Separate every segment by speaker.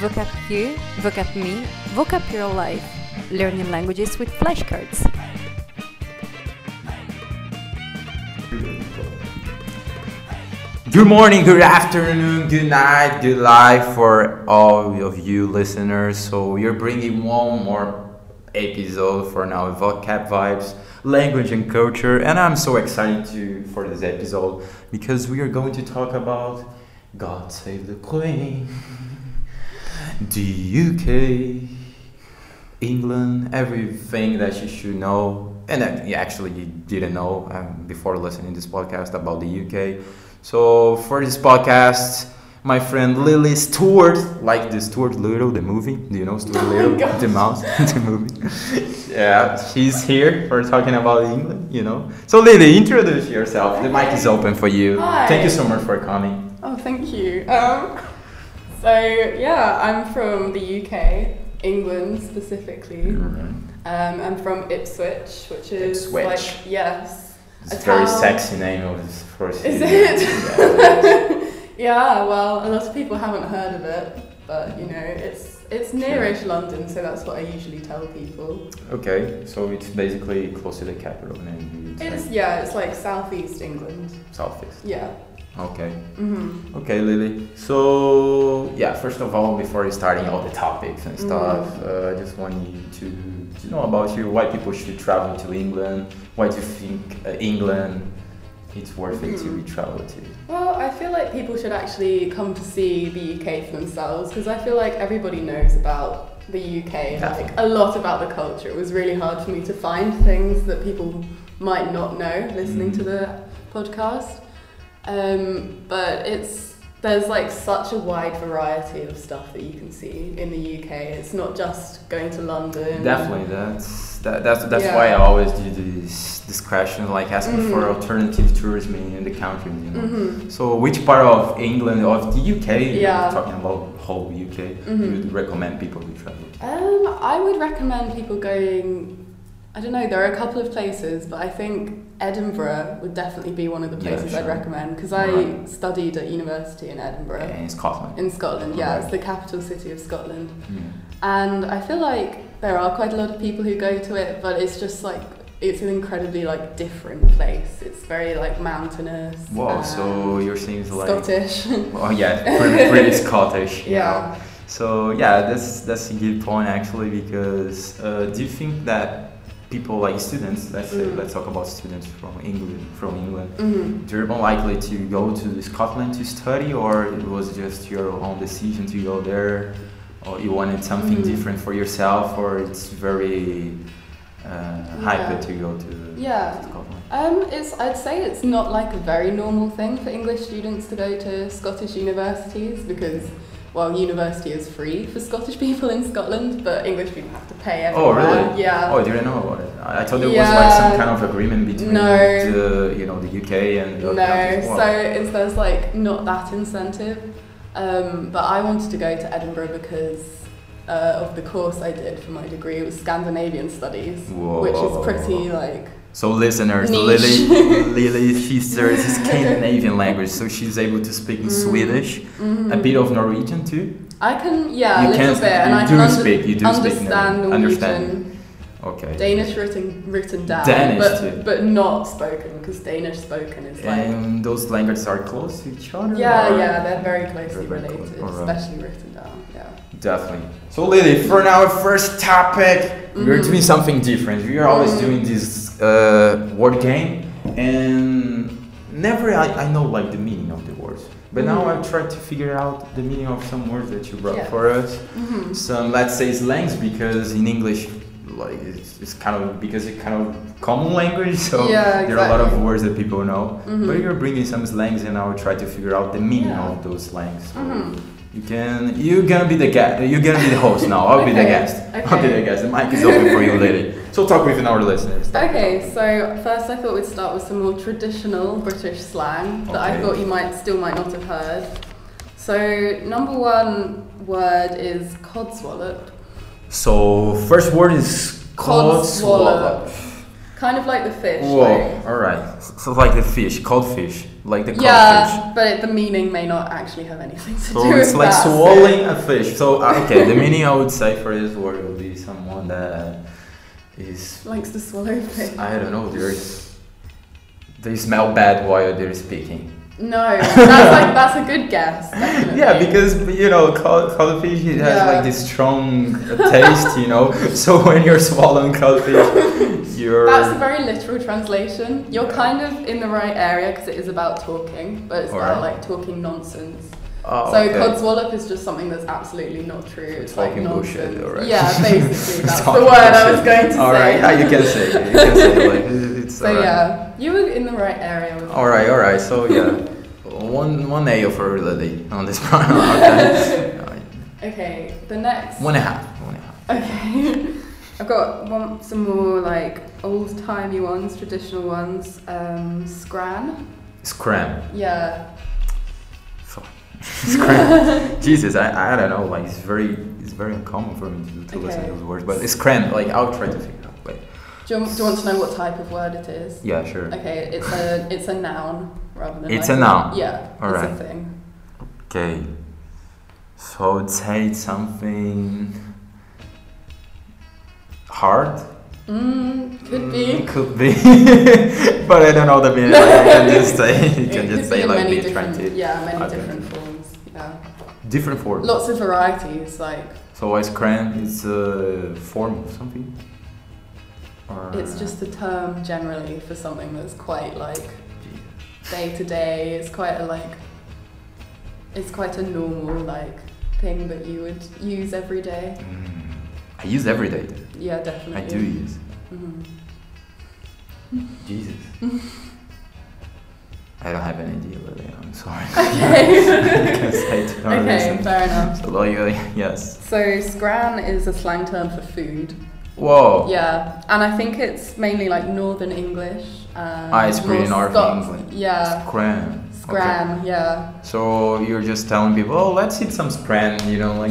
Speaker 1: Vocab You, Vocab Me, Vocab Your Life. Learning languages with flashcards.
Speaker 2: Good morning, good afternoon, good night, good life for all of you listeners. So you're bringing one more episode for now, vocab vibes, language and culture, and I'm so excited to for this episode because we are going to talk about God Save the Queen, the UK, England, everything that you should know, and that you actually didn't know um, before listening to this podcast about the UK. So for this podcast, my friend Lily Stewart, like the Stewart Little, the movie, do you know Stewart Little, the mouse, the movie? yeah, she's here for talking about England, you know. So Lily, introduce yourself. The mic is open for you.
Speaker 3: Hi.
Speaker 2: Thank you so much for coming.
Speaker 3: Oh, thank you. Um, so yeah, I'm from the UK, England specifically. Um, I'm from Ipswich, which is
Speaker 2: Ipswich.
Speaker 3: like yes,
Speaker 2: It's
Speaker 3: A
Speaker 2: a very
Speaker 3: town.
Speaker 2: sexy name of this first.
Speaker 3: is
Speaker 2: city. Yeah, it is.
Speaker 3: it? yeah. Well, a lot of people haven't heard of it, but you know, it's it's nearish London, so that's what I usually tell people.
Speaker 2: okay, so it's basically close to the capital and
Speaker 3: It
Speaker 2: it's
Speaker 3: is yeah, it's like southeast England.
Speaker 2: like southeast.
Speaker 3: Yeah.
Speaker 2: Okay.
Speaker 3: hmm
Speaker 2: Okay, Lily. So yeah, first of all, before starting all the topics and stuff,
Speaker 3: Mm-hmm.
Speaker 2: uh, I just want you to, to know about you. Why people should travel to England? Why do you think uh, England? It's worth it to
Speaker 3: Mm-hmm.
Speaker 2: be traveled to.
Speaker 3: Well, I feel like people should actually come to see the UK for themselves because I feel like everybody knows about the UK,
Speaker 2: Yeah.
Speaker 3: like a lot about the culture. It was really hard for me to find things that people might not know listening
Speaker 2: Mm.
Speaker 3: to the podcast. Um, but it's there's like such a wide variety of stuff that you can see in the UK. It's not just going to London.
Speaker 2: Definitely, that's that, that's that's
Speaker 3: Um, Yeah.
Speaker 2: why I always do this this question, like asking for
Speaker 3: Mhm.
Speaker 2: alternative tourism in the country. You know.
Speaker 3: Mhm.
Speaker 2: So, which part of England, of the UK,
Speaker 3: Yeah.
Speaker 2: talking about whole UK,
Speaker 3: Mhm.
Speaker 2: you'd recommend people to travel? to?
Speaker 3: Um, I would recommend people going. I don't know. There are a couple of places, but I think Edinburgh would definitely be one of the
Speaker 2: Yeah,
Speaker 3: places I'd
Speaker 2: sure.
Speaker 3: recommend because I
Speaker 2: Right.
Speaker 3: studied at university in Edinburgh,
Speaker 2: In Scotland.
Speaker 3: in Scotland. Yeah, it's
Speaker 2: Right.
Speaker 3: the capital city of Scotland,
Speaker 2: Yeah.
Speaker 3: and I feel like there are quite a lot of people who go to it, but it's just like it's an incredibly like different place. It's very like mountainous.
Speaker 2: Wow,
Speaker 3: and
Speaker 2: so your seems like
Speaker 3: uh, Scottish.
Speaker 2: oh yeah, pretty, pretty Scottish. you know.
Speaker 3: yeah.
Speaker 2: So yeah, that's that's a good point actually because uh, do you think that people like students, let's say,
Speaker 3: Mm.
Speaker 2: let's talk about students from England, from England,
Speaker 3: hmm
Speaker 2: they're more likely to go to Scotland to study, or it was just your own decision to go there, or you wanted something
Speaker 3: Mm.
Speaker 2: different for yourself, or it's very uh, hyped
Speaker 3: Yeah.
Speaker 2: to go to
Speaker 3: Yeah.
Speaker 2: Scotland.
Speaker 3: Um, it's, I'd say it's not like a very normal thing for English students to go to Scottish universities because, well, university is free for Scottish people in Scotland, but English people have to pay
Speaker 2: Oh,
Speaker 3: everywhere.
Speaker 2: really?
Speaker 3: Yeah.
Speaker 2: Oh, I didn't know about it. I I thought there was like some
Speaker 3: Yeah.
Speaker 2: kind of agreement between
Speaker 3: No.
Speaker 2: the you know the UK and the
Speaker 3: no,
Speaker 2: other countries. Wow.
Speaker 3: so it's, there's like not that incentive. Um, but I wanted to go to Edinburgh because uh, of the course I did for my degree. It was Scandinavian Studies,
Speaker 2: Whoa.
Speaker 3: which is pretty like
Speaker 2: So listeners,
Speaker 3: Niche.
Speaker 2: Lily, Lily, she studies Scandinavian language, so she's able to speak in
Speaker 3: Mm.
Speaker 2: Swedish, a
Speaker 3: mhm.
Speaker 2: bit of Norwegian too.
Speaker 3: I can yeah
Speaker 2: you
Speaker 3: a little
Speaker 2: can,
Speaker 3: bit, and
Speaker 2: you
Speaker 3: I
Speaker 2: do
Speaker 3: can under-
Speaker 2: speak, you do speak
Speaker 3: understand
Speaker 2: Norwegian.
Speaker 3: Norwegian.
Speaker 2: Understand? Okay.
Speaker 3: Danish written written down,
Speaker 2: Danish
Speaker 3: but
Speaker 2: too.
Speaker 3: but not spoken because Danish spoken is like
Speaker 2: and those languages are close to each other.
Speaker 3: yeah
Speaker 2: or-
Speaker 3: yeah they're very closely
Speaker 2: Very close,
Speaker 3: related,
Speaker 2: alright.
Speaker 3: especially written down. Yeah.
Speaker 2: Definitely. So, Lily, for our first topic, we're
Speaker 3: Mhm.
Speaker 2: doing something different. We are always
Speaker 3: Mhm.
Speaker 2: doing this uh, word game, and never I, I know like the meaning of the words. But now
Speaker 3: Mhm.
Speaker 2: I've tried to figure out the meaning of some words that you brought
Speaker 3: Yeah.
Speaker 2: for us.
Speaker 3: hmm
Speaker 2: Some let's say slangs because in English, like it's, it's kind of because it's kind of common language, so
Speaker 3: Yeah,
Speaker 2: there are a lot of
Speaker 3: exactly.
Speaker 2: words that people know. But
Speaker 3: Mhm.
Speaker 2: you're bringing some slangs, and I will try to figure out the meaning
Speaker 3: Yeah.
Speaker 2: of those slangs. So
Speaker 3: Mhm.
Speaker 2: you can. You're gonna be the guest. You're gonna be the host now. I'll be the
Speaker 3: Okay,
Speaker 2: guest. I'll be
Speaker 3: okay.
Speaker 2: the guest. The mic is open for you, lady. So talk with our listeners. Talk,
Speaker 3: Okay,
Speaker 2: talk.
Speaker 3: so first I thought we'd start with some more traditional British slang that
Speaker 2: Okay.
Speaker 3: I thought you might still might not have heard. So number one word is codswallop.
Speaker 2: So first word is
Speaker 3: Codswallop.
Speaker 2: codswallop.
Speaker 3: Kind of like the fish.
Speaker 2: Whoa,
Speaker 3: like-
Speaker 2: alright. So, like the fish, cod fish, like the cod fish.
Speaker 3: yeah, but it, the meaning may not actually have anything to do
Speaker 2: So
Speaker 3: with
Speaker 2: it's like
Speaker 3: that.
Speaker 2: swallowing a fish. So, uh, okay, the meaning I would say for this word would be someone that is
Speaker 3: Likes to swallow fish.
Speaker 2: I don't know. They're, they smell bad while they're speaking.
Speaker 3: No, that's like that's a good guess. Definitely.
Speaker 2: Yeah, because you know, cod- codfish it has
Speaker 3: Yeah.
Speaker 2: like this strong uh, taste, you know. So when you're swallowing codfish, you're
Speaker 3: that's a very literal translation. You're kind of in the right area because it is about talking, but it's
Speaker 2: Alright.
Speaker 3: about like talking nonsense.
Speaker 2: oh,
Speaker 3: so
Speaker 2: okay.
Speaker 3: codswallop is just something that's absolutely not true. It's
Speaker 2: Talking
Speaker 3: like nonsense.
Speaker 2: bullshit, alright.
Speaker 3: Yeah, basically that's the
Speaker 2: Talking
Speaker 3: word I was
Speaker 2: bullshit.
Speaker 3: going to
Speaker 2: All
Speaker 3: say.
Speaker 2: right, yeah, you can say it. You can say it. Like, it- it's
Speaker 3: So
Speaker 2: all right.
Speaker 3: yeah, you were in the right area. With
Speaker 2: All right, all right. So yeah, one one nail for Lily on this part. okay. All right.
Speaker 3: Okay, the next.
Speaker 2: One and a half. One and a half.
Speaker 3: Okay. I've got one, some more like old timey ones, traditional ones. Um, scran.
Speaker 2: Scram.
Speaker 3: Yeah.
Speaker 2: Sorry. Scram. Jesus, I, I don't know. Like it's very it's very uncommon for me to, to listen to
Speaker 3: Okay.
Speaker 2: those words, but it's scram. Like I'll try to figure out. But
Speaker 3: Do you, do you want to know what type of word it is?
Speaker 2: yeah, sure.
Speaker 3: Okay, it's a it's a noun rather than.
Speaker 2: It's
Speaker 3: like
Speaker 2: a noun.
Speaker 3: Yeah.
Speaker 2: All right.
Speaker 3: It's a thing.
Speaker 2: Okay. So I'd say something hard.
Speaker 3: Mm, could
Speaker 2: Mm,
Speaker 3: be.
Speaker 2: Could be. but I don't know the meaning. Like, you can just say you can just
Speaker 3: It could
Speaker 2: say
Speaker 3: in
Speaker 2: like
Speaker 3: many
Speaker 2: be trying
Speaker 3: different-
Speaker 2: to
Speaker 3: Yeah, many
Speaker 2: I don't
Speaker 3: different forms. Yeah.
Speaker 2: different form.
Speaker 3: Lots of varieties. Like
Speaker 2: So ice cream is a form of something? Or
Speaker 3: it's just a term generally for something that's quite like day to day. It's quite a like. It's quite a normal like thing that you would use every day.
Speaker 2: Mm. I use every day.
Speaker 3: Yeah,
Speaker 2: I
Speaker 3: definitely.
Speaker 2: do use.
Speaker 3: hmm
Speaker 2: Jesus. I don't have any idea really. I'm sorry.
Speaker 3: Okay.
Speaker 2: I can say to no
Speaker 3: Okay,
Speaker 2: reason.
Speaker 3: fair enough.
Speaker 2: So loyal, yes.
Speaker 3: So scran is a slang term for food.
Speaker 2: Whoa.
Speaker 3: Yeah, and I think it's mainly like Northern English. Um,
Speaker 2: Ah, it's pretty
Speaker 3: more
Speaker 2: Northern England.
Speaker 3: Yeah,
Speaker 2: Scram.
Speaker 3: scran. Yeah,
Speaker 2: So you're just telling people, oh, let's eat some scram, you know, like.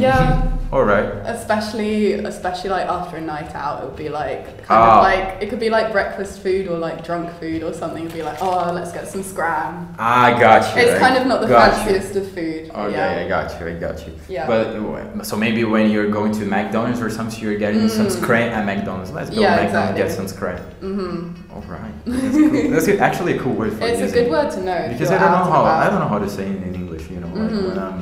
Speaker 3: Yeah.
Speaker 2: All right.
Speaker 3: especially especially like after a night out, it would be like kind
Speaker 2: Ah.
Speaker 3: of like it could be like breakfast food or like drunk food or something. It'd be like, oh, let's get some scran.
Speaker 2: I got you.
Speaker 3: It's
Speaker 2: I
Speaker 3: kind of not the
Speaker 2: got you.
Speaker 3: fanciest of food.
Speaker 2: Okay, I
Speaker 3: yeah.
Speaker 2: got you, I got you.
Speaker 3: Yeah.
Speaker 2: But uh, so maybe when you're going to McDonald's or something, you're getting some
Speaker 3: Mm.
Speaker 2: scram at McDonald's. Let's go
Speaker 3: Yeah,
Speaker 2: to McDonald's
Speaker 3: exactly.
Speaker 2: get some scram.
Speaker 3: Mm-hmm.
Speaker 2: All right, that's, cool. that's actually a cool word for
Speaker 3: It's a
Speaker 2: using
Speaker 3: good
Speaker 2: it.
Speaker 3: word to know. if
Speaker 2: because I
Speaker 3: you're
Speaker 2: don't know
Speaker 3: out and
Speaker 2: how
Speaker 3: about.
Speaker 2: I don't know how to say it in English. You know, like
Speaker 3: Mhm.
Speaker 2: when I'm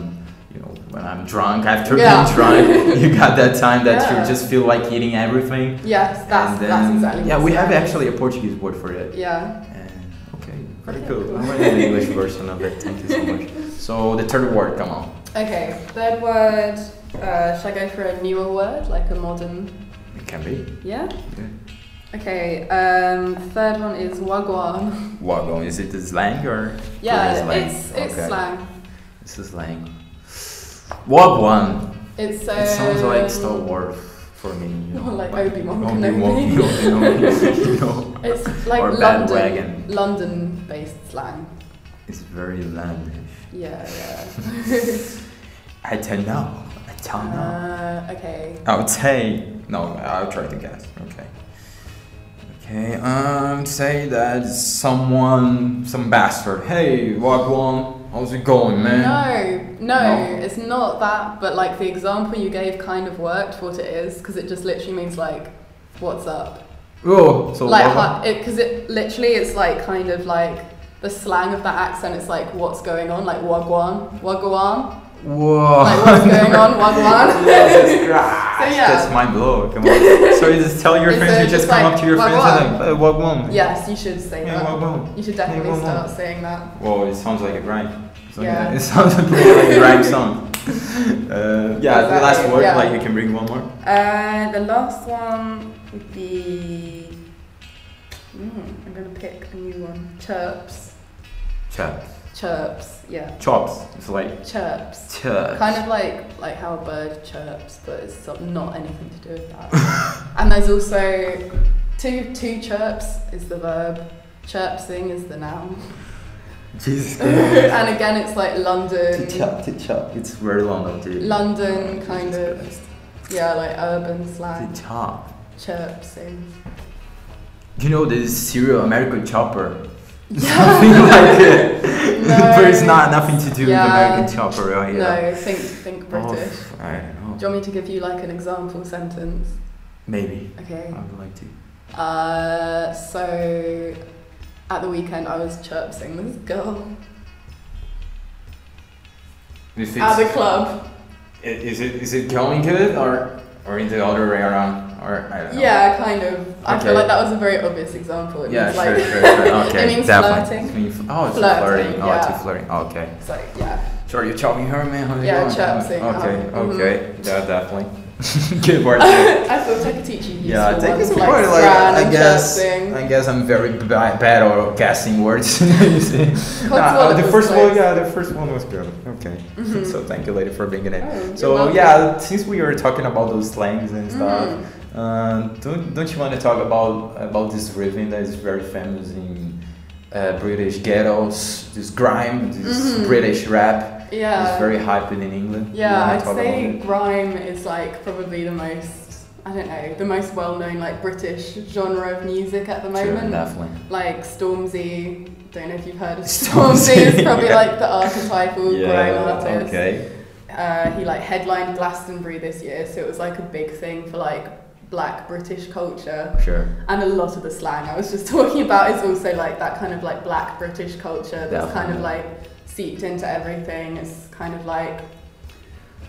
Speaker 2: you know when I'm drunk after
Speaker 3: Yeah.
Speaker 2: being drunk, you got that time that
Speaker 3: Yeah.
Speaker 2: you just feel like eating everything.
Speaker 3: Yes, that's
Speaker 2: and then,
Speaker 3: that's exactly.
Speaker 2: yeah,
Speaker 3: what
Speaker 2: we
Speaker 3: it's
Speaker 2: have
Speaker 3: like.
Speaker 2: actually a Portuguese word for it.
Speaker 3: Yeah.
Speaker 2: And, okay, very
Speaker 3: Okay,
Speaker 2: cool.
Speaker 3: cool.
Speaker 2: I'm learning the English version of it. Thank you so much. So the third word, come on.
Speaker 3: Okay. Third word. Uh, shall I go for a newer word, like a modern?
Speaker 2: It can be.
Speaker 3: Yeah.
Speaker 2: Yeah.
Speaker 3: Okay. Um, third one is wagwan.
Speaker 2: Wagon, is it a slang or?
Speaker 3: Yeah,
Speaker 2: It is slang.
Speaker 3: it's it's
Speaker 2: Okay.
Speaker 3: slang.
Speaker 2: It's a slang. Wagon.
Speaker 3: It's um,
Speaker 2: it sounds like Star Wars for me. You know,
Speaker 3: Or like Obi-Wan
Speaker 2: Obi-Wan
Speaker 3: Kenobi.
Speaker 2: Kenobi, you know.
Speaker 3: It's like
Speaker 2: or bandwagon.
Speaker 3: London London-based slang.
Speaker 2: It's very language.
Speaker 3: Yeah.
Speaker 2: I don't know. I
Speaker 3: Yeah.
Speaker 2: don't know.
Speaker 3: uh, okay.
Speaker 2: I would say no. I'll try to guess. Okay. Okay. Um. Say that someone, some bastard. Hey, Wagwan, how's it going, man?
Speaker 3: No, no,
Speaker 2: Eh. No?
Speaker 3: it's not that. But like the example you gave kind of worked for what it is because it just literally means like, what's up?
Speaker 2: Oh, so
Speaker 3: like
Speaker 2: Wagwan-
Speaker 3: hi- it because it literally it's like kind of like the slang of that accent. It's like what's going on, like wagwan, wagwan,
Speaker 2: Whoa.
Speaker 3: like what's going on, wagwan.
Speaker 2: Jesus Christ.
Speaker 3: So, yeah.
Speaker 2: That's mind blowing. Come on. so you just tell your
Speaker 3: Is
Speaker 2: friends,
Speaker 3: it
Speaker 2: you just
Speaker 3: just
Speaker 2: come
Speaker 3: like,
Speaker 2: up to your friends
Speaker 3: "Wagwan"?
Speaker 2: and like, uh, Wagwan.
Speaker 3: Yes, you should say
Speaker 2: Yeah,
Speaker 3: that.
Speaker 2: Wagwan.
Speaker 3: You should
Speaker 2: Yeah,
Speaker 3: definitely
Speaker 2: Wagwan.
Speaker 3: start saying that.
Speaker 2: Whoa, it sounds like a rhyme. It's like-
Speaker 3: Yeah.
Speaker 2: It sounds like a rhyme song. Uh, yeah, the last
Speaker 3: Exactly,
Speaker 2: word,
Speaker 3: yeah.
Speaker 2: like you can bring one more.
Speaker 3: Uh, the last one would be. Mm, I'm gonna pick a new one. Chirps,
Speaker 2: Chops.
Speaker 3: chirps, yeah,
Speaker 2: Chops. It's like
Speaker 3: chirps.
Speaker 2: chops.
Speaker 3: Kind of like like how a bird chirps, but it's sort of not anything to do with that. and there's also two two chirps is the verb, chirpsing is the noun.
Speaker 2: Jesus.
Speaker 3: and again, it's like London,
Speaker 2: To chop, to chop. It's very long, dude.
Speaker 3: London kind of yeah, like urban slang,
Speaker 2: To chop.
Speaker 3: chirpsing.
Speaker 2: You know this serial American Chopper? Something like
Speaker 3: Yeah.
Speaker 2: it. but it's not nothing to do
Speaker 3: Yeah.
Speaker 2: with American Chopper, right? Yeah.
Speaker 3: No, think think
Speaker 2: Oh,
Speaker 3: British.
Speaker 2: f- I don't
Speaker 3: Do
Speaker 2: know.
Speaker 3: you want me to give you like an example sentence?
Speaker 2: Maybe.
Speaker 3: Okay.
Speaker 2: I would like to.
Speaker 3: Uh, so at the weekend I was chirping this girl
Speaker 2: If
Speaker 3: at the club.
Speaker 2: i- is it is it going good or or in the other way around or I don't know.
Speaker 3: Yeah, kind of. I feel
Speaker 2: Okay.
Speaker 3: like that was a very obvious example. It
Speaker 2: Yeah,
Speaker 3: means, like,
Speaker 2: sure, sure, sure. Okay,
Speaker 3: it means
Speaker 2: definitely.
Speaker 3: flirting.
Speaker 2: It means fl- oh, it's
Speaker 3: Flirting,
Speaker 2: flirting. Oh,
Speaker 3: yeah.
Speaker 2: it's flirting. Okay.
Speaker 3: So yeah,
Speaker 2: Sure, you're chopping her, man. How's it
Speaker 3: Yeah,
Speaker 2: going?
Speaker 3: chopsing,
Speaker 2: Okay,
Speaker 3: um,
Speaker 2: okay. Yeah, definitely. good word.
Speaker 3: I thought I could teach you.
Speaker 2: Yeah, I
Speaker 3: useful
Speaker 2: think
Speaker 3: ones,
Speaker 2: it's
Speaker 3: like,
Speaker 2: more like
Speaker 3: sran
Speaker 2: I
Speaker 3: and
Speaker 2: guess
Speaker 3: chirping.
Speaker 2: I guess I'm very b- bad or guessing words. You see? Nah, uh,
Speaker 3: Cotswold
Speaker 2: the
Speaker 3: was
Speaker 2: first one,
Speaker 3: nice.
Speaker 2: yeah, the first one was good. Okay,
Speaker 3: Mhm.
Speaker 2: so thank you, lady, for being in it.
Speaker 3: Oh, you're
Speaker 2: so
Speaker 3: welcome.
Speaker 2: yeah, since we were talking about those slangs and stuff,
Speaker 3: Mhm.
Speaker 2: uh, don't don't you want to talk about about this rhythm that is very famous in uh, British ghettos, this grime, this
Speaker 3: Mhm.
Speaker 2: British rap
Speaker 3: Yeah.
Speaker 2: is very hyped in England. You
Speaker 3: Yeah,
Speaker 2: wanna
Speaker 3: I'd
Speaker 2: talk about
Speaker 3: say
Speaker 2: it?
Speaker 3: grime is like probably the most I don't know the most well known like British genre of music at the
Speaker 2: Sure,
Speaker 3: moment.
Speaker 2: definitely.
Speaker 3: Like Stormzy, don't know if you've heard of
Speaker 2: Stormzy,
Speaker 3: Stormzy. It's probably
Speaker 2: yeah.
Speaker 3: like the archetypal grime artist.
Speaker 2: okay.
Speaker 3: Uh, he like headlined Glastonbury this year, so it was like a big thing for like black British culture.
Speaker 2: Sure.
Speaker 3: And a lot of the slang I was just talking about is also like that kind of like black British culture that's kind
Speaker 2: Definitely.
Speaker 3: of like seeped into everything. It's kind of like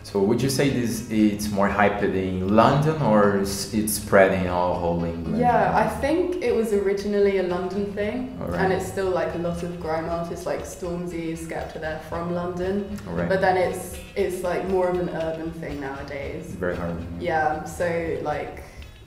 Speaker 2: So would you say this it's more hyped in London or it's it's spreading all whole England?
Speaker 3: Yeah, I think it was originally a London thing,
Speaker 2: Alright.
Speaker 3: and it's still like a lot of grime artists like Stormzy, Skepta, they're from London.
Speaker 2: All right.
Speaker 3: But then it's it's like more of an urban thing nowadays.
Speaker 2: it's very hard.
Speaker 3: Yeah, so like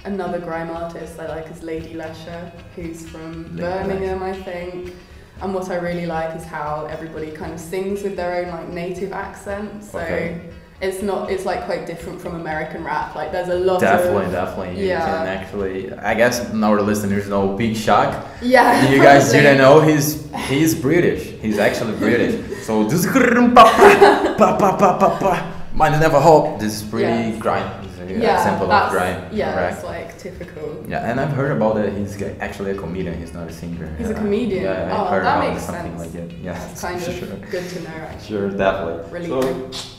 Speaker 3: another grime artist I like is Lady Lesher, who's from
Speaker 2: Lady
Speaker 3: Birmingham, I think. And what I really like is how everybody kind of sings with their own like native accent. So
Speaker 2: Okay.
Speaker 3: it's not it's like quite different from American rap. Like there's a lot
Speaker 2: Definitely,
Speaker 3: of
Speaker 2: definitely. You
Speaker 3: Yeah.
Speaker 2: can actually, I guess our listeners know Big Shock.
Speaker 3: yeah.
Speaker 2: You guys
Speaker 3: probably.
Speaker 2: didn't know he's he's British. He's actually British. so this grrrm, pa, pa, pa, pa, pa, pa, pa. Mine never hope. This is pretty
Speaker 3: Yes.
Speaker 2: grime. It's an
Speaker 3: yeah,
Speaker 2: example
Speaker 3: that's,
Speaker 2: of grime.
Speaker 3: Yeah,
Speaker 2: right?
Speaker 3: that's like typical.
Speaker 2: Yeah, and I've heard about that he's g- actually a comedian. He's not a singer.
Speaker 3: He's a
Speaker 2: Yeah.
Speaker 3: comedian?
Speaker 2: Yeah, I've
Speaker 3: Oh,
Speaker 2: heard
Speaker 3: that
Speaker 2: about
Speaker 3: makes
Speaker 2: something
Speaker 3: sense.
Speaker 2: like that. Yeah,
Speaker 3: That's kind
Speaker 2: sure.
Speaker 3: of good to know, actually.
Speaker 2: Sure, definitely.
Speaker 3: Really
Speaker 2: So,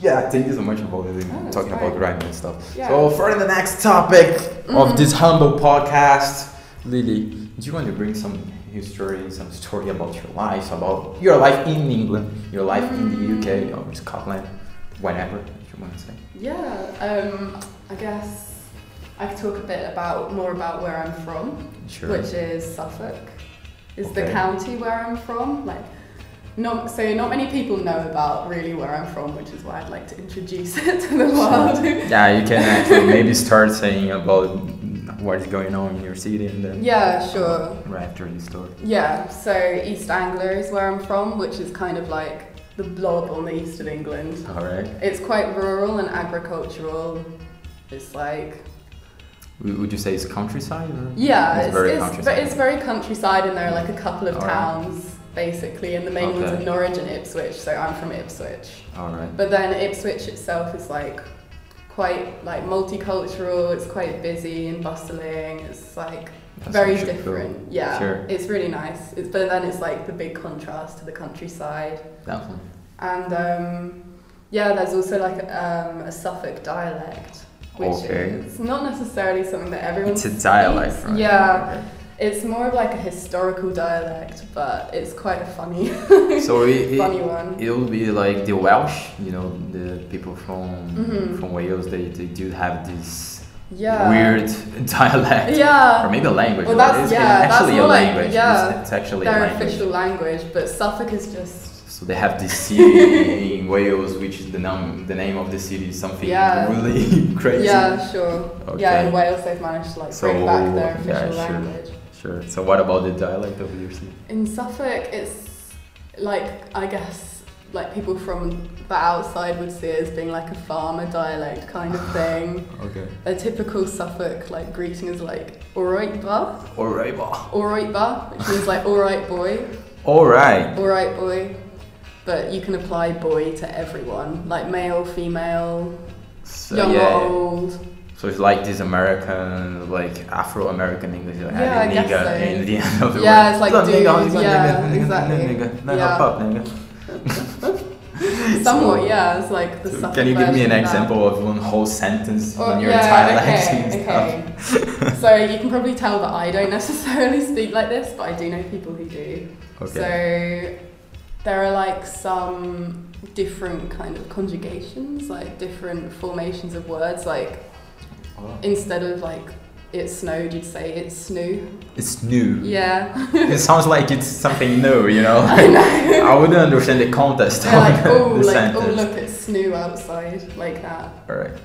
Speaker 2: yeah, thank you so much about it,
Speaker 3: Oh, that's
Speaker 2: talking about
Speaker 3: fine.
Speaker 2: grime and stuff.
Speaker 3: Yeah.
Speaker 2: So, for the next topic of
Speaker 3: Mhm.
Speaker 2: this humble podcast, Lily, do you want to bring some history, some story about your life, about your life in England, your life in
Speaker 3: Mm.
Speaker 2: the UK or Scotland, whatever you want to say?
Speaker 3: Yeah, um, I guess I could talk a bit about more about where I'm from,
Speaker 2: Sure.
Speaker 3: which is Suffolk. Is
Speaker 2: Okay.
Speaker 3: the county where I'm from? Like, not so not many people know about really where I'm from, which is why I'd like to introduce it to the world.
Speaker 2: Yeah, you can actually maybe start saying about what is going on in your city and then
Speaker 3: yeah, sure.
Speaker 2: right after the story.
Speaker 3: Yeah, so East Anglia is where I'm from, which is kind of like the blob on the east of England.
Speaker 2: All right.
Speaker 3: It's quite rural and agricultural. It's like
Speaker 2: W- Would you say it's countryside? Or?
Speaker 3: yeah,
Speaker 2: Mm-hmm. It's
Speaker 3: it's,
Speaker 2: very
Speaker 3: it's-
Speaker 2: countryside.
Speaker 3: but it's very countryside, and there are like a couple of
Speaker 2: Alright.
Speaker 3: towns basically, and the main ones
Speaker 2: Okay.
Speaker 3: are Norwich and Ipswich. So I'm from Ipswich,
Speaker 2: All right.
Speaker 3: but then Ipswich itself is like quite like multicultural. It's quite busy and bustling. It's like
Speaker 2: That's
Speaker 3: very
Speaker 2: actually cool.
Speaker 3: different. Yeah,
Speaker 2: Sure.
Speaker 3: it's really nice. It's but then it's like the big contrast to the countryside.
Speaker 2: Definitely.
Speaker 3: And um, yeah, there's also like um, a Suffolk dialect, which
Speaker 2: Okay.
Speaker 3: is not necessarily something that everyone.
Speaker 2: It's a dialect,
Speaker 3: speaks.
Speaker 2: right?
Speaker 3: Yeah, it's more of like a historical dialect, but it's quite a funny,
Speaker 2: Okay. So it,
Speaker 3: funny
Speaker 2: it,
Speaker 3: one.
Speaker 2: it would be like the Welsh, you know, the people from
Speaker 3: Mhm.
Speaker 2: from Wales. They, they do have this
Speaker 3: Yeah.
Speaker 2: weird dialect, or
Speaker 3: Yeah.
Speaker 2: maybe a language.
Speaker 3: Well,
Speaker 2: but
Speaker 3: that's-
Speaker 2: it's
Speaker 3: yeah, that's
Speaker 2: actually a
Speaker 3: more like-
Speaker 2: language. It's-
Speaker 3: yeah,
Speaker 2: it's, actually a
Speaker 3: Their
Speaker 2: language.
Speaker 3: official language, but Suffolk is just
Speaker 2: So they have this city in Wales, which is the name the name of the city is something
Speaker 3: Yeah.
Speaker 2: really crazy.
Speaker 3: yeah, sure. Yeah, in
Speaker 2: Okay.
Speaker 3: Wales they've managed to like
Speaker 2: So,
Speaker 3: bring back their official
Speaker 2: yeah, sure.
Speaker 3: language.
Speaker 2: Sure. So what about the dialect of your city?
Speaker 3: In Suffolk, it's like I guess like people from the outside would see it as being like a farmer dialect kind of thing.
Speaker 2: Okay.
Speaker 3: A typical Suffolk like greeting is like "alright ba,"
Speaker 2: All right. Well.
Speaker 3: "alright ba," which means like "alright boy,"
Speaker 2: All right.
Speaker 3: "alright boy." But you can apply "boy" to everyone, like male, female,
Speaker 2: So
Speaker 3: young
Speaker 2: yeah.
Speaker 3: or old,
Speaker 2: So it's like this American, like Afro-American English. Like,
Speaker 3: Yeah,
Speaker 2: "Hey,
Speaker 3: I guess
Speaker 2: nigga,
Speaker 3: so.
Speaker 2: in the end of the
Speaker 3: Yeah,
Speaker 2: word.
Speaker 3: it's like,
Speaker 2: Look, nigga, I was
Speaker 3: dude,
Speaker 2: like,
Speaker 3: yeah,
Speaker 2: nigga, nigga,
Speaker 3: exactly.
Speaker 2: nigga, nigga,
Speaker 3: Yeah.
Speaker 2: pop, nigga.
Speaker 3: Somewhat, yeah. It's like the
Speaker 2: So
Speaker 3: subtle
Speaker 2: Can you give me
Speaker 3: version
Speaker 2: an
Speaker 3: of that.
Speaker 2: example of one whole sentence
Speaker 3: Or-
Speaker 2: on your
Speaker 3: yeah,
Speaker 2: entire
Speaker 3: okay,
Speaker 2: accent?
Speaker 3: okay. so you can probably tell that I don't necessarily speak like this, but I do know people who do. So there are like some different kind of conjugations, like different formations of words. Like instead of like it snowed, you'd say it snoo.
Speaker 2: it's new.
Speaker 3: Yeah.
Speaker 2: It sounds like it's something new, you know.
Speaker 3: I know.
Speaker 2: I wouldn't understand the context
Speaker 3: They're
Speaker 2: of
Speaker 3: like, oh,
Speaker 2: the
Speaker 3: like, oh,
Speaker 2: sentence.
Speaker 3: look, it's snoo outside, like that.
Speaker 2: All right.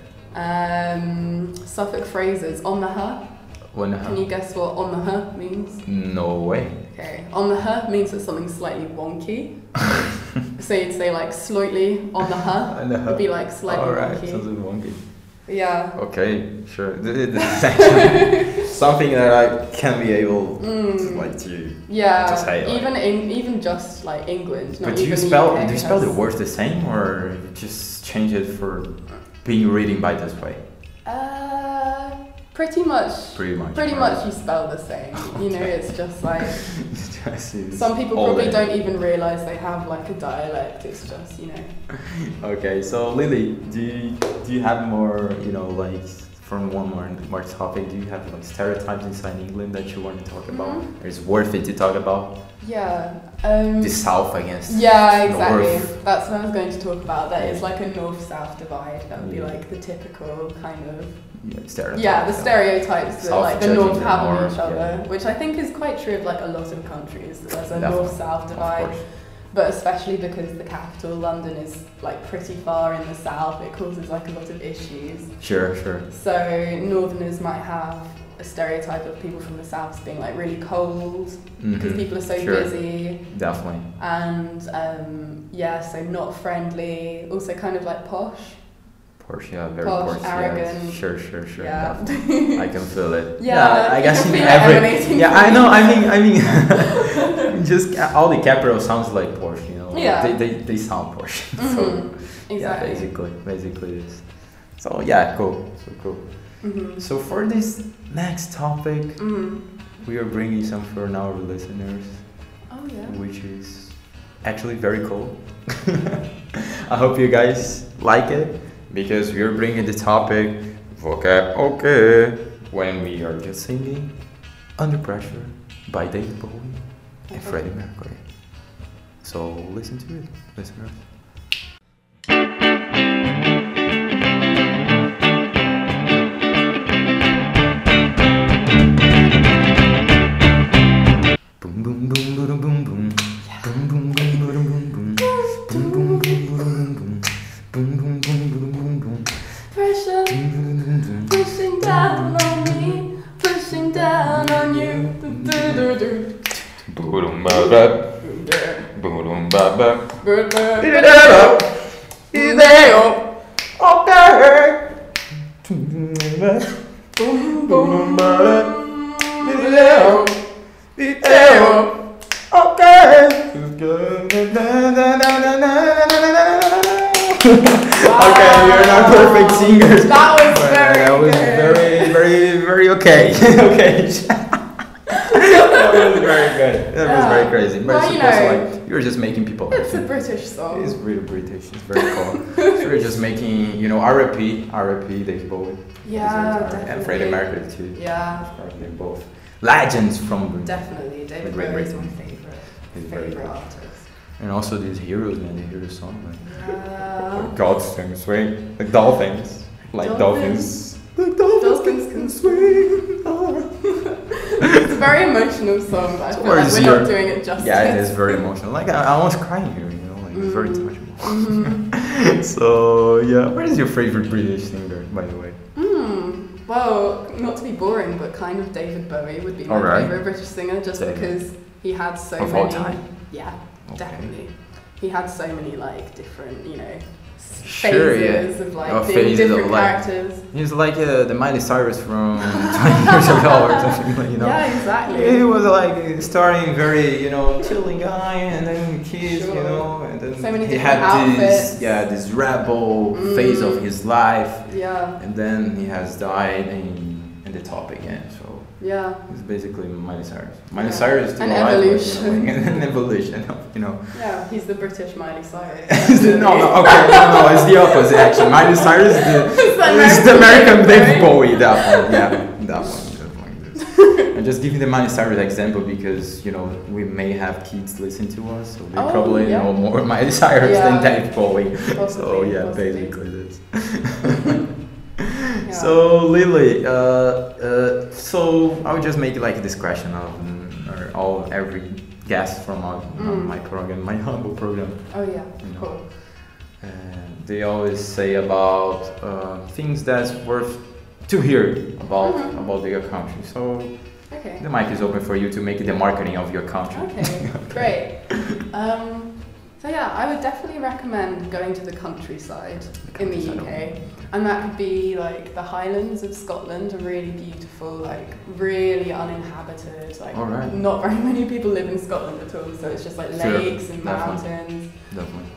Speaker 3: Um, Suffolk phrases on the huh.
Speaker 2: One and a
Speaker 3: Can
Speaker 2: half.
Speaker 3: you guess what on the huh means?
Speaker 2: No way.
Speaker 3: Okay, on the huh means that something's slightly wonky. so you'd say like slightly on the huh.
Speaker 2: And a half.
Speaker 3: It'd be like slightly
Speaker 2: All right.
Speaker 3: wonky.
Speaker 2: Sounds a bit wonky.
Speaker 3: Yeah.
Speaker 2: Okay, sure. Th- th- This is actually something that I can be able to
Speaker 3: Mm.
Speaker 2: like to.
Speaker 3: yeah.
Speaker 2: to say, like-
Speaker 3: even in even just like England. Not
Speaker 2: But do you
Speaker 3: even the
Speaker 2: spell
Speaker 3: UK,
Speaker 2: do you spell the
Speaker 3: has-
Speaker 2: words the same or you just change it for being reading by this way?
Speaker 3: Uh, pretty much.
Speaker 2: Pretty much.
Speaker 3: Pretty
Speaker 2: right?
Speaker 3: much, you spell the same. You know,
Speaker 2: Okay.
Speaker 3: it's just like
Speaker 2: I see this
Speaker 3: some people
Speaker 2: all
Speaker 3: probably
Speaker 2: day.
Speaker 3: don't even realize they have like a dialect. It's just you know. e-
Speaker 2: Okay, so Lily, do you, do you have more you know like from one more more topic? Do you have like stereotypes inside England that you want to talk about?
Speaker 3: Mm-hmm.
Speaker 2: Or is worth it to talk about
Speaker 3: Yeah. Um,
Speaker 2: the South against?
Speaker 3: Yeah, exactly.
Speaker 2: North.
Speaker 3: That's what I was going to talk about. That is like a north-south divide. That would be
Speaker 2: Yeah.
Speaker 3: like the typical kind of
Speaker 2: Yeah, stereotypes.
Speaker 3: yeah, the stereotypes that
Speaker 2: South
Speaker 3: like the
Speaker 2: judging
Speaker 3: north
Speaker 2: the
Speaker 3: have on
Speaker 2: north,
Speaker 3: each other,
Speaker 2: yeah.
Speaker 3: which I think is quite true of like a lot of countries. that There's a
Speaker 2: Definitely,
Speaker 3: north-south
Speaker 2: Of
Speaker 3: divide,
Speaker 2: course.
Speaker 3: but especially because the capital London is like pretty far in the south, it causes like a lot of issues.
Speaker 2: Sure, sure.
Speaker 3: So northerners might have a stereotype of people from the south as being like really cold because
Speaker 2: Mhm,
Speaker 3: people are so
Speaker 2: Sure.
Speaker 3: busy.
Speaker 2: Definitely.
Speaker 3: and um, yeah, so not friendly, also kind of like posh.
Speaker 2: Porsche, yeah, very
Speaker 3: Posh,
Speaker 2: Porsche. yeah.
Speaker 3: arrogant.
Speaker 2: Sure, sure, sure.
Speaker 3: yeah.
Speaker 2: definitely. I can feel it.
Speaker 3: Yeah,
Speaker 2: I
Speaker 3: you
Speaker 2: guess
Speaker 3: can
Speaker 2: in
Speaker 3: feel it
Speaker 2: every.
Speaker 3: emanating
Speaker 2: Yeah,
Speaker 3: from
Speaker 2: I know.
Speaker 3: you.
Speaker 2: I mean, I mean, just all the capital sounds like Porsche. You know,
Speaker 3: Yeah.
Speaker 2: they, they, they sound Porsche. so
Speaker 3: Mhm,
Speaker 2: yeah,
Speaker 3: exactly.
Speaker 2: basically, basically this. So yeah, cool. So cool.
Speaker 3: Mhm.
Speaker 2: So for this next topic,
Speaker 3: Mhm.
Speaker 2: we are bringing some for our listeners,
Speaker 3: Oh yeah.
Speaker 2: which is actually very cool. I hope you guys like it because we are bringing the topic vocab okay when we are just singing under pressure by David Bowie and Freddie Mercury. So listen to it, listeners. Boom boom boom boom boom boom. Boom boom boom boom boom boom. Boom boom boom boom boom. Boom boom boom boom boom boom.
Speaker 3: Pressure
Speaker 2: Boom boom boom boom.
Speaker 3: pushing down on me, pushing down on you. Du-du-du-du.
Speaker 2: Boom ba ba. Boom ba ba.
Speaker 3: Du-du-du-du. Du-du-du. Boom, boom, boom. Du-du-du-du.
Speaker 2: Okay, you're not perfect singers.
Speaker 3: That was
Speaker 2: but
Speaker 3: very
Speaker 2: that was very,
Speaker 3: good.
Speaker 2: very, very okay. okay. that was very good. That was very
Speaker 3: Yeah.
Speaker 2: crazy. But
Speaker 3: Well,
Speaker 2: it's
Speaker 3: you
Speaker 2: supposed to, like, you're just making people.
Speaker 3: It's a
Speaker 2: happy.
Speaker 3: British song.
Speaker 2: It's really British. It's very cool. so we're just making, you know, R.I.P. R.I.P. David Bowie.
Speaker 3: Yeah,
Speaker 2: And Freddie
Speaker 3: definitely.
Speaker 2: Mercury too.
Speaker 3: Yeah,
Speaker 2: They're both legends from
Speaker 3: definitely. David
Speaker 2: Great,
Speaker 3: Bowie
Speaker 2: great.
Speaker 3: is my favorite
Speaker 2: He's very
Speaker 3: favorite
Speaker 2: good.
Speaker 3: artist.
Speaker 2: And also these heroes, man, the hero song. Like,
Speaker 3: Yeah.
Speaker 2: God's can swing. Like dolphins. Like dolphins.
Speaker 3: Dolphins.
Speaker 2: Like dolphins,
Speaker 3: Dolphins
Speaker 2: can
Speaker 3: can
Speaker 2: swing. Oh.
Speaker 3: it's a very emotional song, but I feel
Speaker 2: Or
Speaker 3: like
Speaker 2: is
Speaker 3: we're
Speaker 2: your-
Speaker 3: not doing it justice.
Speaker 2: Yeah, it is very emotional. Like I, I was crying here, you know, like it's very
Speaker 3: Mm.
Speaker 2: touchable.
Speaker 3: Mhm.
Speaker 2: So yeah, what is your favorite British singer, by the way?
Speaker 3: Mm. Well, not to be boring, but kind of David Bowie would be my
Speaker 2: Alright.
Speaker 3: favorite British singer, just
Speaker 2: David.
Speaker 3: because he had so
Speaker 2: Of
Speaker 3: many.
Speaker 2: all time?
Speaker 3: Yeah,
Speaker 2: Okay.
Speaker 3: definitely. He had so many like different, you know, s-
Speaker 2: Sure, yeah.
Speaker 3: phases of like
Speaker 2: Or
Speaker 3: being
Speaker 2: phases of
Speaker 3: different
Speaker 2: life.
Speaker 3: characters.
Speaker 2: He's like uh, the Miley Cyrus from 20 years ago or something, like, you know.
Speaker 3: Yeah, exactly.
Speaker 2: He was like starting very, you know, chilling guy, and then kids, you
Speaker 3: Sure.
Speaker 2: know, and then
Speaker 3: So many
Speaker 2: he
Speaker 3: different
Speaker 2: had
Speaker 3: outfits.
Speaker 2: this yeah this rebel phase of
Speaker 3: Mm.
Speaker 2: his life,
Speaker 3: Yeah,
Speaker 2: and then he has died in, in the top again. So
Speaker 3: yeah,
Speaker 2: it's basically Miley Cyrus. Miley
Speaker 3: Yeah.
Speaker 2: Cyrus to
Speaker 3: An
Speaker 2: alive,
Speaker 3: evolution.
Speaker 2: You know, an evolution. Of, you know.
Speaker 3: yeah. He's the British Miley Cyrus.
Speaker 2: no, no, okay, no, no, it's the opposite actually. Miley Cyrus is the It's the American David Bowie, that one. Yeah, that one. That one. I'm just giving the Miley Cyrus example because you know we may have kids listen to us, so they
Speaker 3: Oh,
Speaker 2: probably
Speaker 3: yeah.
Speaker 2: know more Miley Cyrus
Speaker 3: Yeah.
Speaker 2: than David Bowie. so
Speaker 3: Possibly,
Speaker 2: yeah,
Speaker 3: possibly.
Speaker 2: basically this.
Speaker 3: Yeah.
Speaker 2: So Lily, uh, uh, so I would just make like a discretion of mm, or all every guest from our,
Speaker 3: Mm.
Speaker 2: my program, my humble program.
Speaker 3: Oh yeah,
Speaker 2: You know.
Speaker 3: cool.
Speaker 2: Uh, they always say about uh, things that's worth to hear about
Speaker 3: Mhm.
Speaker 2: about your country. So
Speaker 3: Okay.
Speaker 2: the mic is open for you to make the marketing of your country.
Speaker 3: Okay, great. Um, so yeah, I would definitely recommend going to the countryside in the
Speaker 2: countryside.
Speaker 3: UK, and that could be like the Highlands of Scotland, are really beautiful, like really uninhabited, like Mm.
Speaker 2: All right.
Speaker 3: not very many people live in Scotland at all, so it's just like
Speaker 2: Sure,
Speaker 3: lakes and
Speaker 2: definitely.
Speaker 3: mountains.
Speaker 2: Definitely.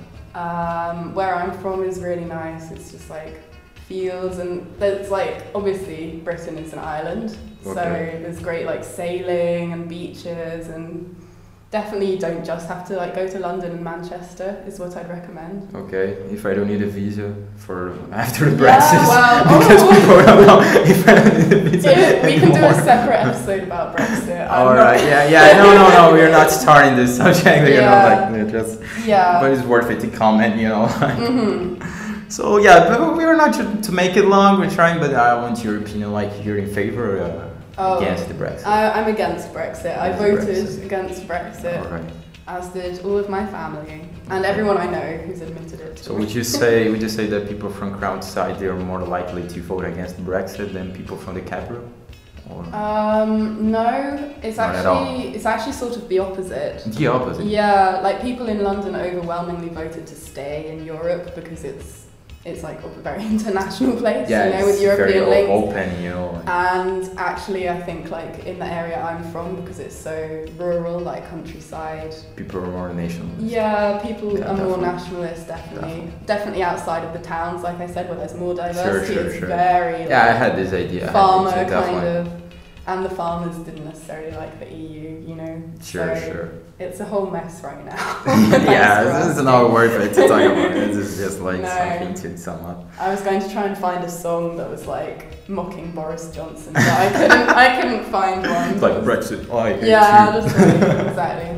Speaker 3: Um, where I'm from is really nice. It's just like fields and there's like obviously Britain is an island, so
Speaker 2: Okay.
Speaker 3: there's great like sailing and beaches and definitely you don't just have to like go to London and Manchester is what I'd recommend.
Speaker 2: Okay. If I don't need a visa for after the
Speaker 3: Yeah,
Speaker 2: Brexit,
Speaker 3: well,
Speaker 2: because
Speaker 3: oh.
Speaker 2: people don't know if I don't need a visa
Speaker 3: Yeah, we can do
Speaker 2: anymore.
Speaker 3: a separate episode about Brexit. I'm
Speaker 2: All
Speaker 3: not-
Speaker 2: right. Yeah. Yeah. No. No. No. We're not starting this subject. You know,
Speaker 3: Yeah.
Speaker 2: like they're just.
Speaker 3: Yeah.
Speaker 2: But it's worth it to comment. You know.
Speaker 3: hmm
Speaker 2: So yeah, but we are not to, to make it long. We're trying, but I want your opinion. Like you're in favor or uh,
Speaker 3: Oh.
Speaker 2: against the Brexit?
Speaker 3: I, I'm against Brexit. I
Speaker 2: Against
Speaker 3: voted
Speaker 2: Brexit.
Speaker 3: against Brexit,
Speaker 2: All right.
Speaker 3: as did all of my family and everyone I know who's admitted it.
Speaker 2: So would you say would you say that people from crowd side they are more likely to vote against Brexit than people from the capital? Or
Speaker 3: Um, no, it's
Speaker 2: Not at
Speaker 3: actually it's actually sort of the opposite.
Speaker 2: the opposite?
Speaker 3: Yeah, like people in London overwhelmingly voted to stay in Europe because it's it's like a very international place,
Speaker 2: Yeah,
Speaker 3: you know,
Speaker 2: it's
Speaker 3: with
Speaker 2: very
Speaker 3: European
Speaker 2: o-
Speaker 3: links. Uh,
Speaker 2: open, you know. like-
Speaker 3: And actually, I think like in the area I'm from, because it's so rural, like countryside.
Speaker 2: people are more nationalist.
Speaker 3: Yeah, people
Speaker 2: Yeah,
Speaker 3: are more
Speaker 2: definitely.
Speaker 3: nationalist, definitely. definitely. outside of the towns, like I said, where there's more
Speaker 2: sure,
Speaker 3: diversity. It's
Speaker 2: sure.
Speaker 3: very
Speaker 2: Yeah, I
Speaker 3: like,
Speaker 2: had this idea. I had
Speaker 3: farmer
Speaker 2: this,
Speaker 3: kind
Speaker 2: definitely.
Speaker 3: of, and the farmers didn't necessarily like the EU, you know.
Speaker 2: Sure,
Speaker 3: so
Speaker 2: sure.
Speaker 3: It's a whole mess right now.
Speaker 2: yeah,
Speaker 3: That's
Speaker 2: this is
Speaker 3: right.
Speaker 2: not worth it to talk about. This is just like
Speaker 3: No.
Speaker 2: something to sum up.
Speaker 3: I was going to try and find a song that was like mocking Boris Johnson, but I couldn't. I couldn't find one.
Speaker 2: like Brexit. I hate
Speaker 3: yeah,
Speaker 2: you.
Speaker 3: just like, exactly.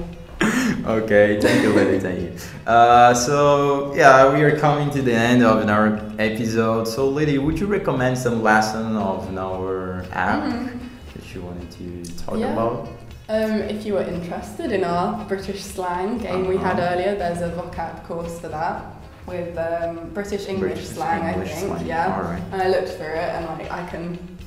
Speaker 2: Okay, thank you, lady. Thank you. Uh, so yeah, we are coming to the end of our episode. So, lady, would you recommend some lesson of our app
Speaker 3: Mhm.
Speaker 2: that you wanted to talk
Speaker 3: Yeah.
Speaker 2: about?
Speaker 3: Um, if you were interested in our British slang game we had
Speaker 2: Uh-huh.
Speaker 3: earlier, there's a vocab course for that with um, British English
Speaker 2: British
Speaker 3: slang,
Speaker 2: English
Speaker 3: I think.
Speaker 2: slang,
Speaker 3: Yeah.
Speaker 2: alright.
Speaker 3: And I looked through it and like I can.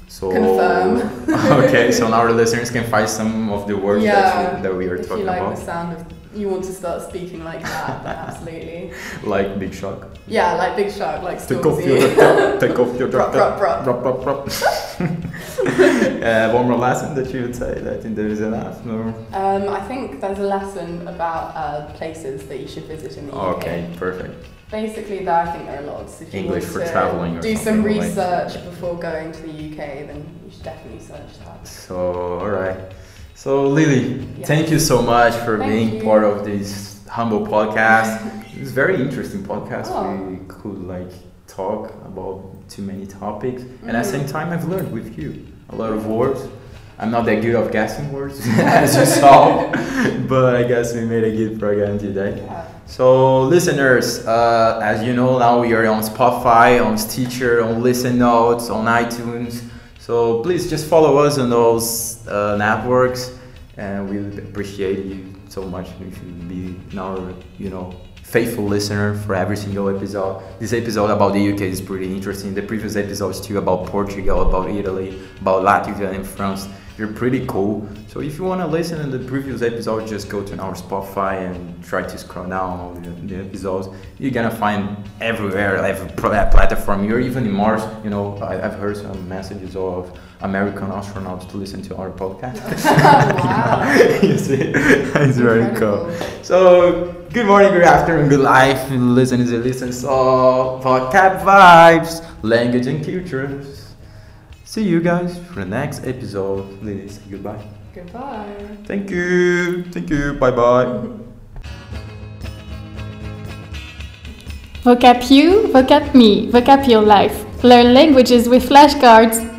Speaker 2: So
Speaker 3: Confirm.
Speaker 2: okay, so now our listeners can find some of the words that,
Speaker 3: Yeah,
Speaker 2: you, that we are
Speaker 3: If you
Speaker 2: talking
Speaker 3: like
Speaker 2: about,
Speaker 3: the sound of, you want to start speaking like that, then absolutely.
Speaker 2: like big shock.
Speaker 3: Yeah, like Big Shark, like
Speaker 2: Take off your
Speaker 3: Stormzy.
Speaker 2: top, take off your
Speaker 3: Prop,
Speaker 2: top,
Speaker 3: prop, prop.
Speaker 2: prop, prop, prop. uh, one more lesson that you would say that there is enough. No.
Speaker 3: Um, I think there's a lesson about uh, places that you should visit in the UK.
Speaker 2: Okay, perfect.
Speaker 3: Basically, there I think there are lots. If you
Speaker 2: English
Speaker 3: want
Speaker 2: for
Speaker 3: to
Speaker 2: travelling or
Speaker 3: do some
Speaker 2: something like-
Speaker 3: research before going to the UK, then you should definitely search that.
Speaker 2: So, all right. So, Lily,
Speaker 3: Yeah.
Speaker 2: thank you so much for
Speaker 3: Thank
Speaker 2: being
Speaker 3: you.
Speaker 2: part of this humble podcast. it's a very interesting podcast.
Speaker 3: Oh.
Speaker 2: We could like talk about too many topics, and at the
Speaker 3: Mhm.
Speaker 2: same time, I've learned with you a lot of words. I'm not that good of guessing words, as you saw, but I guess we made a good program today.
Speaker 3: Yeah.
Speaker 2: So, listeners, uh, as you know, now we are on Spotify, on Stitcher, on Listen Notes, on iTunes. So, please just follow us on those uh, networks, and we would appreciate you so much if you be our, you know, faithful listener for every single episode. This episode about the UK is pretty interesting. The previous episodes too about Portugal, about Italy, about Latvia and France. They're pretty cool. So if you want to listen to the previous episode, just go to our Spotify and try to scroll down all the, the episodes. You're gonna find everywhere, every pla- platform. You're even in Mars. You know, I, I've heard some messages of American astronauts to listen to our podcast.
Speaker 3: wow.
Speaker 2: you see, it's very cool.
Speaker 3: Incredible.
Speaker 2: So Good morning, good afternoon, good life. Listen is a listen. So, vocab vibes, language and cultures. See you guys for the next episode. Ladies, goodbye.
Speaker 3: Goodbye.
Speaker 2: Thank you. Thank you. Bye bye.
Speaker 4: Vocab you, vocab me, vocab your life. Learn languages with flashcards.